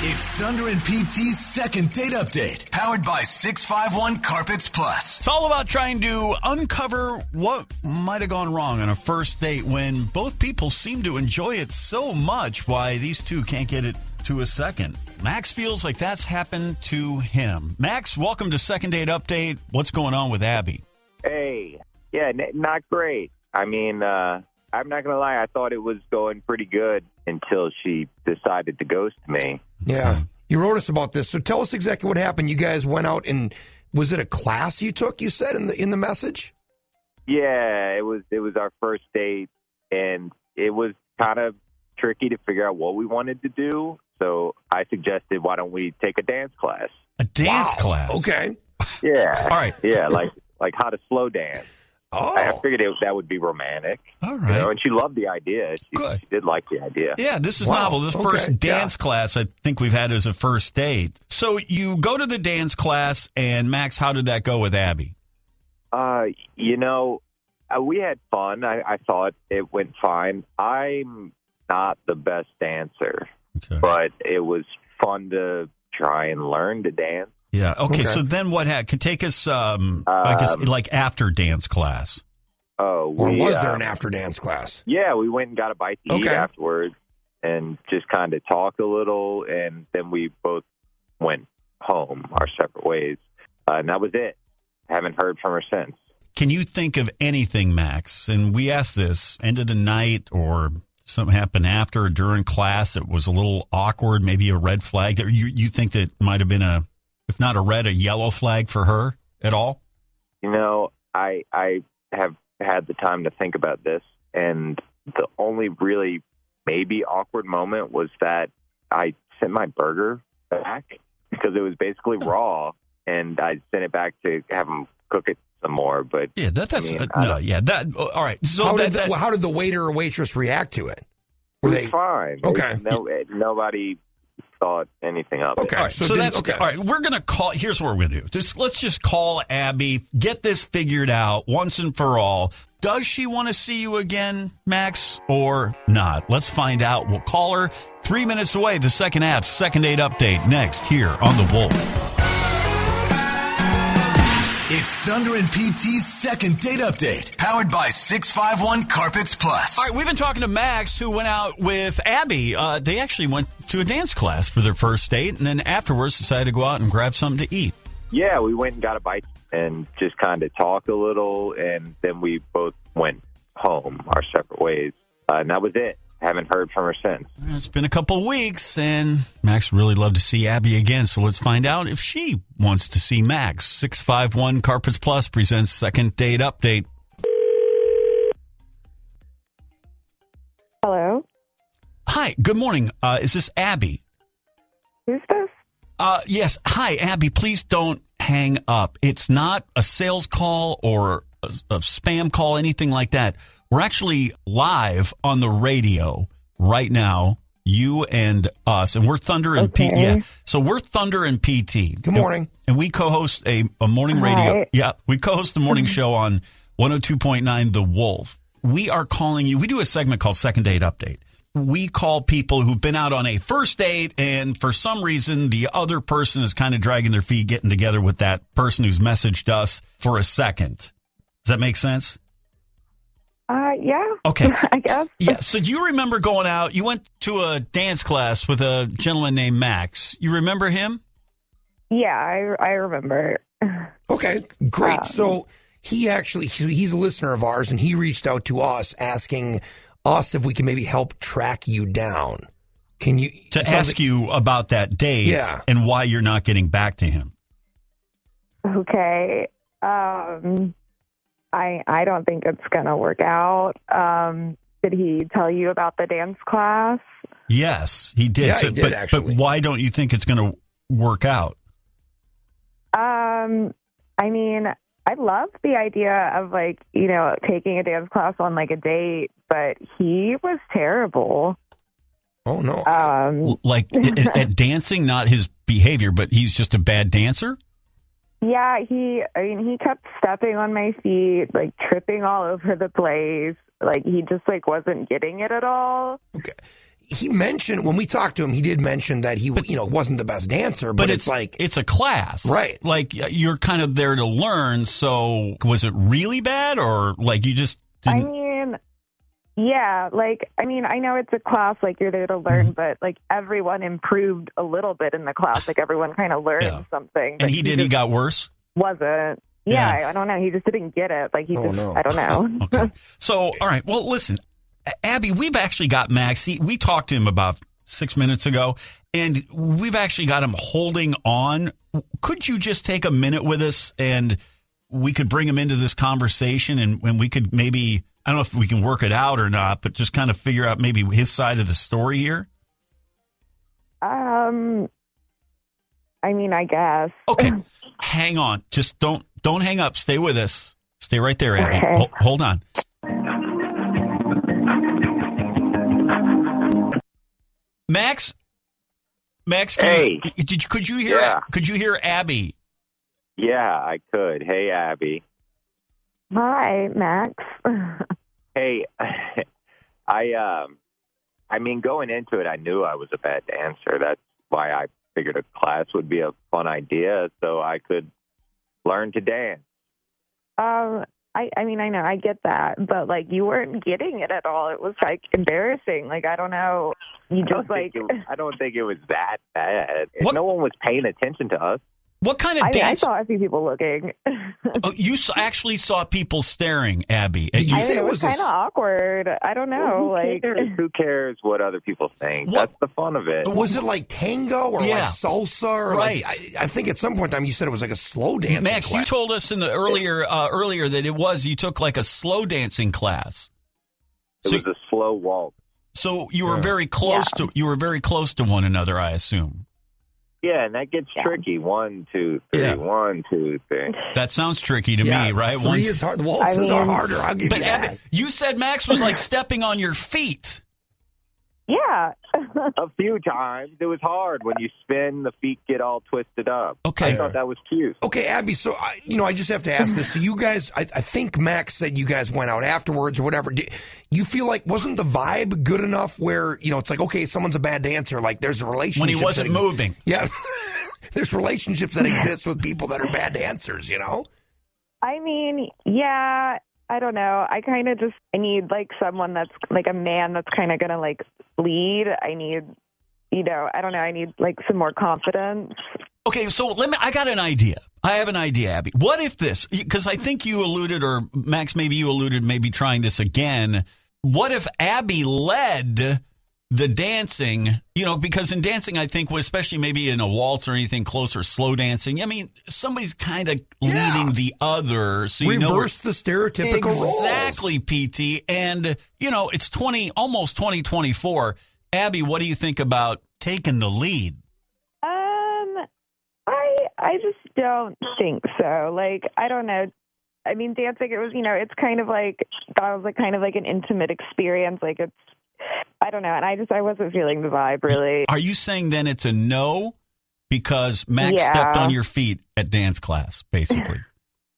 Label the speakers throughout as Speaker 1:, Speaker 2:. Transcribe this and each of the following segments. Speaker 1: It's Thunder and PT's second date update, powered by 651 Carpets Plus.
Speaker 2: It's all about trying to uncover what might have gone wrong on a first date when both people seem to enjoy it so much. Why these two can't get it to a second. Max feels like that's happened to him. Max, welcome to Second Date Update. What's going on with Abby?
Speaker 3: Hey, yeah, n- not great. I mean, uh, I'm not gonna lie. I thought it was going pretty good until she decided to ghost me.
Speaker 4: Yeah. You wrote us about this. So tell us exactly what happened. You guys went out and was it a class you took, you said in the in the message?
Speaker 3: Yeah, it was it was our first date, and it was kind of tricky to figure out what we wanted to do. So I suggested, why don't we take a dance class?
Speaker 2: A dance
Speaker 4: Wow.
Speaker 2: class.
Speaker 4: Oh, Okay.
Speaker 3: Yeah,
Speaker 2: All right.
Speaker 3: yeah, like like how to slow dance. I
Speaker 4: Oh.
Speaker 3: figured it, that would be romantic.
Speaker 2: All
Speaker 3: You know,
Speaker 2: right.
Speaker 3: and she loved the idea. She,
Speaker 2: Good.
Speaker 3: she did like the idea.
Speaker 2: Yeah, this is
Speaker 4: Wow.
Speaker 2: novel. This
Speaker 4: Okay.
Speaker 2: first dance class I think we've had as a first date. So you go to the dance class, and Max, how did that go with Abby?
Speaker 3: Uh, you know, uh, we had fun. I, I thought it went fine. I'm not the best dancer,
Speaker 2: Okay.
Speaker 3: but it was fun to try and learn to dance.
Speaker 2: Yeah. Okay.
Speaker 4: Okay.
Speaker 2: So then what ha- can take us um, like, us-
Speaker 3: Um,
Speaker 2: like after dance class?
Speaker 3: Oh,
Speaker 4: Or
Speaker 3: we,
Speaker 4: was
Speaker 3: uh,
Speaker 4: there an after dance class?
Speaker 3: Yeah, we went and got a bite to eat
Speaker 4: Okay.
Speaker 3: afterwards, and just kind of talked a little, and then we both went home our separate ways, uh, and that was it. Haven't heard from her since.
Speaker 2: Can you think of anything, Max? And we asked this end of the night or something happened after or during class that was a little awkward, maybe a red flag that you, you think that might have been a, if not a red, a yellow flag for her at all?
Speaker 3: You know, I I have had the time to think about this, and the only really maybe awkward moment was that I sent my burger back because it was basically raw, and I sent it back to have them cook it some more. But
Speaker 2: Yeah. That, that's,
Speaker 3: I mean,
Speaker 2: uh,
Speaker 3: I
Speaker 2: no,
Speaker 3: don't-
Speaker 2: yeah. That, uh, all right. So
Speaker 4: how,
Speaker 2: that,
Speaker 4: did the,
Speaker 2: that-
Speaker 4: how did the waiter or waitress react to it?
Speaker 3: it
Speaker 4: Were
Speaker 3: was
Speaker 4: they
Speaker 3: fine.
Speaker 4: Okay.
Speaker 3: It- no, it- nobody thought anything of it.
Speaker 4: Okay.
Speaker 2: All right, so,
Speaker 4: So did-
Speaker 2: that's
Speaker 4: okay.
Speaker 2: all right. We're gonna call. Here's what we're gonna do. Just let's just call Abby, get this figured out once and for all. Does she want to see you again, Max, or not? Let's find out. We'll call her three minutes away. The second half, second date update next here on the Wolf.
Speaker 1: It's Thunder and PT's second date update, powered by 651 Carpets Plus.
Speaker 2: All right, we've been talking to Max, who went out with Abby. Uh, they actually went to a dance class for their first date, and then afterwards decided to go out and grab something to eat.
Speaker 3: Yeah, we went and got a bite and just kind of talked a little, and then we both went home our separate ways, uh, and that was it. Haven't heard from her since.
Speaker 2: It's been a couple weeks, and Max would really loved to see Abby again. So let's find out if she wants to see Max. Six five one Carpets Plus presents second date update.
Speaker 5: Hello.
Speaker 2: Hi, good morning. Uh, is this Abby?
Speaker 5: Who's this?
Speaker 2: Uh, yes. Hi, Abby. Please don't hang up. It's not a sales call or a, a spam call, anything like that. We're actually live on the radio right now. You and us, and we're Thunder and P
Speaker 5: Okay.
Speaker 2: Yeah, so we're Thunder and PT.
Speaker 4: Good morning.
Speaker 2: and we co-host a, a morning radio.
Speaker 5: Right.
Speaker 2: Yeah, we co-host the morning show on 102.9 The Wolf. We are calling you. We do a segment called Second Date Update. We call people who've been out on a first date and for some reason the other person is kind of dragging their feet getting together with that person who's messaged us for a second. Does that make sense?
Speaker 5: Uh, yeah.
Speaker 2: Okay.
Speaker 5: I guess.
Speaker 2: Yeah. So do you remember going out? You went to a dance class with a gentleman named Max. You remember him?
Speaker 5: Yeah, I, I Um, remember.
Speaker 4: Okay, great. so he actually so he's a listener of ours, and he reached out to us asking us if we can maybe help track you down. Can you
Speaker 2: To
Speaker 4: it sounds
Speaker 2: ask
Speaker 4: like-
Speaker 2: you about that date
Speaker 4: Yeah.
Speaker 2: and why you're not getting back to him.
Speaker 5: Okay. Um, I I don't think it's gonna work out. Um, did he tell you about the dance class?
Speaker 2: Yes, he did.
Speaker 4: Yeah, he did,
Speaker 2: but,
Speaker 4: actually.
Speaker 2: but why don't you think it's going to work out?
Speaker 5: Um, I mean, I love the idea of like you know taking a dance class on like a date, but he was terrible.
Speaker 4: Oh no!
Speaker 5: Um,
Speaker 2: L- Like at, at dancing, not his behavior, but he's just a bad dancer.
Speaker 5: yeah, he I mean he kept stepping on my feet, like tripping all over the place. Like he just like wasn't getting it at all.
Speaker 4: he mentioned when we talked to him, he did mention that he you know wasn't the best dancer, but, it's, like
Speaker 2: it's a class,
Speaker 4: Right.
Speaker 2: Like you're kind of there to learn. So was it really bad, or like you just didn't?
Speaker 5: I mean, yeah, like I mean, I know it's a class, like you're there to
Speaker 4: Mm-hmm.
Speaker 5: learn, but like everyone improved a little bit in the class. Like everyone kind of learned
Speaker 2: Yeah.
Speaker 5: something. but
Speaker 2: and he did. He
Speaker 5: just
Speaker 2: got worse.
Speaker 5: wasn't. Yeah, I don't know. He just didn't get it. Like he
Speaker 4: Oh,
Speaker 5: just,
Speaker 4: no.
Speaker 5: I don't know.
Speaker 2: Okay. So, all right. Well, listen, A- Abby, we've actually got Max. He, we talked to him about six minutes ago, and we've actually got him holding on. Could you just take a minute with us and we could bring him into this conversation and, and we could maybe, I don't know if we can work it out or not, but just kind of figure out maybe his side of the story here?
Speaker 5: Um, I mean, I guess.
Speaker 2: Okay. hang on. Just don't don't hang up. Stay with us. Stay right there, Abby.
Speaker 5: Okay.
Speaker 2: Hol- hold on. Max, Max, can you-
Speaker 3: Hey.
Speaker 2: did you, could you hear?
Speaker 3: Yeah.
Speaker 2: Could you hear Abby?
Speaker 3: Yeah, I could. Hey, Abby.
Speaker 5: Hi, Max.
Speaker 3: Hey, I um, I mean, going into it, I knew I was a bad dancer. That's why I figured a class would be a fun idea, so I could learn to dance.
Speaker 5: um, I, I mean, I know, I get that, but like, you weren't getting it at all. It was like embarrassing. Like, I don't know. You
Speaker 3: I don't
Speaker 5: just like.
Speaker 3: think it, I don't think it was that bad.
Speaker 2: What-
Speaker 3: No one was paying attention to us.
Speaker 2: What kind of
Speaker 5: I mean, I
Speaker 2: dance?
Speaker 5: saw a few people looking.
Speaker 2: oh, you s- actually saw people staring, Abby. at
Speaker 4: Did you
Speaker 5: I
Speaker 2: you.
Speaker 4: say
Speaker 5: mean,
Speaker 4: it
Speaker 5: it
Speaker 4: was
Speaker 5: was
Speaker 4: a s-
Speaker 5: kind of awkward. I don't know. Like,
Speaker 3: Who cares what other people think?
Speaker 2: What-
Speaker 3: That's the fun of it.
Speaker 4: was it like tango or
Speaker 2: Yeah.
Speaker 4: like salsa or
Speaker 2: Right.
Speaker 4: like I, I think at some point in time you said it was like a slow dance.
Speaker 2: Max, you told us in the earlier uh, earlier that it was you took like a slow dancing class.
Speaker 3: It
Speaker 2: So-
Speaker 3: was a slow walk.
Speaker 2: So you were
Speaker 4: Yeah.
Speaker 2: very close
Speaker 5: Yeah.
Speaker 2: to you were very close to one another, I assume.
Speaker 3: Yeah, and that gets
Speaker 5: Yeah.
Speaker 3: tricky. One, two, three.
Speaker 2: Yeah.
Speaker 3: One, two, three.
Speaker 2: That sounds tricky to me, right?
Speaker 4: Three
Speaker 2: One-
Speaker 4: is hard. The waltzes
Speaker 5: I
Speaker 4: are
Speaker 5: mean-
Speaker 4: harder. I'll give
Speaker 2: but
Speaker 4: you
Speaker 2: Abby,
Speaker 4: that.
Speaker 2: you said Max was like stepping on your feet.
Speaker 5: yeah.
Speaker 3: A few times. It was hard when you spin, the feet get all twisted up.
Speaker 2: Okay.
Speaker 3: I thought that was cute.
Speaker 4: Okay, Abby. So I, you know, I just have to ask this. So you guys, I, I think Max said you guys went out afterwards or whatever. Did, you feel like wasn't the vibe good enough where you know it's like okay, someone's a bad dancer. Like there's a relationship
Speaker 2: When he
Speaker 4: that
Speaker 2: wasn't
Speaker 4: exi-
Speaker 2: moving.
Speaker 4: Yeah, there's relationships that exist with people that are bad dancers. You know.
Speaker 5: I mean, yeah, I don't know. I kind of just I need like someone that's like a man that's kind of going to like lead. I need you know, I don't know, I need like some more confidence.
Speaker 2: Okay, so let me. I got an idea. I have an idea, Abby. What if this? Because I think you alluded, or Max, maybe you alluded, maybe trying this again. What if Abby led the dancing? You know, because in dancing, I think, especially maybe in a waltz or anything closer, slow dancing. I mean, somebody's kind of
Speaker 4: Yeah.
Speaker 2: leading the other, so you know
Speaker 4: Reverse the stereotypical roles.
Speaker 2: exactly pt and you know it's 20 almost 2024 abby what do you think about taking the lead
Speaker 5: Um I I just don't think so. Like, I don't know. I mean, dancing it was, you know, it's kind of like that was like kind of like an intimate experience. Like it's I don't know, and I just I wasn't feeling the vibe really.
Speaker 2: are you saying then it's a no because max
Speaker 5: Yeah.
Speaker 2: stepped on your feet at dance class basically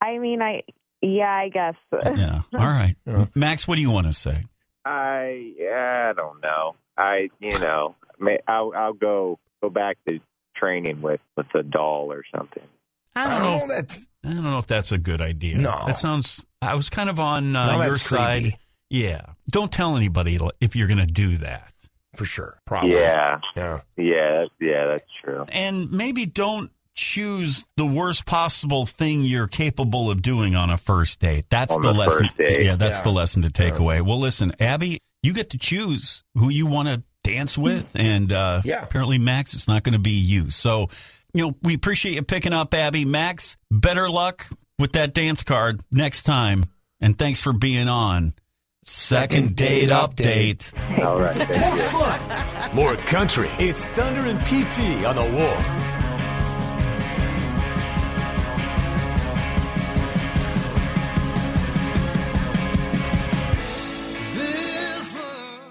Speaker 5: I mean, I yeah, I guess.
Speaker 2: yeah all right
Speaker 4: Yeah.
Speaker 2: max what do you want to say
Speaker 3: I I don't know. I you know may, I'll I'll go go back to training with with a doll or something.
Speaker 2: i
Speaker 4: I
Speaker 2: don't know
Speaker 4: don't
Speaker 2: if,
Speaker 4: know that.
Speaker 2: i don't know if that's a good idea
Speaker 4: No.
Speaker 2: that sounds i was kind of on
Speaker 4: No,
Speaker 2: uh, your
Speaker 4: that's creepy.
Speaker 2: side Yeah. Don't tell anybody if you're going to do that.
Speaker 6: for sure. Probably.
Speaker 3: Yeah,
Speaker 6: Yeah.
Speaker 3: yeah, yeah. That's true.
Speaker 2: And maybe don't choose the worst possible thing you're capable of doing on a first date. That's
Speaker 3: On
Speaker 2: the,
Speaker 3: the
Speaker 2: lesson.
Speaker 3: first date.
Speaker 2: Yeah, that's
Speaker 6: Yeah.
Speaker 2: the lesson to take
Speaker 6: Yeah.
Speaker 2: away. Well, listen, Abby, you get to choose who you want to dance with. And uh,
Speaker 6: Yeah.
Speaker 2: apparently, Max, it's not going to be you. So, you know, we appreciate you picking up, Abby. Max, better luck with that dance card next time. And thanks for being on. Second
Speaker 6: Second
Speaker 2: date
Speaker 6: Date
Speaker 2: update.
Speaker 3: All right. Thank you.
Speaker 1: More country. It's Thunder and PT on the Wolf.
Speaker 5: Hmm,